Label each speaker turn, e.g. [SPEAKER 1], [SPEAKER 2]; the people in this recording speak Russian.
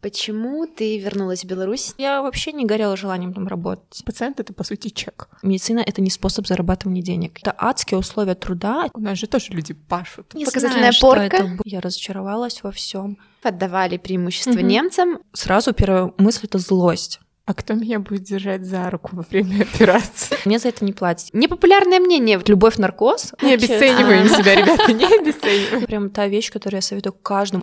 [SPEAKER 1] Почему ты вернулась в Беларусь?
[SPEAKER 2] Я вообще не горела желанием там работать.
[SPEAKER 3] Пациент — это, по сути, чек.
[SPEAKER 2] Медицина — это не способ зарабатывания денег. Это адские условия труда.
[SPEAKER 3] У нас же тоже люди пашут.
[SPEAKER 1] Не Показательная порка.
[SPEAKER 2] бу- Я разочаровалась во всем.
[SPEAKER 1] Отдавали преимущество
[SPEAKER 3] Мгм.
[SPEAKER 1] немцам.
[SPEAKER 2] Сразу первая мысль — это злость.
[SPEAKER 3] А кто меня будет держать за руку во время операции?
[SPEAKER 2] Мне за это не платят.
[SPEAKER 1] Непопулярное мнение.
[SPEAKER 2] Любовь наркоз
[SPEAKER 3] Не
[SPEAKER 1] Честно.
[SPEAKER 3] обесцениваем себя, ребята, не обесцениваем.
[SPEAKER 2] прям та вещь, которую я советую каждому.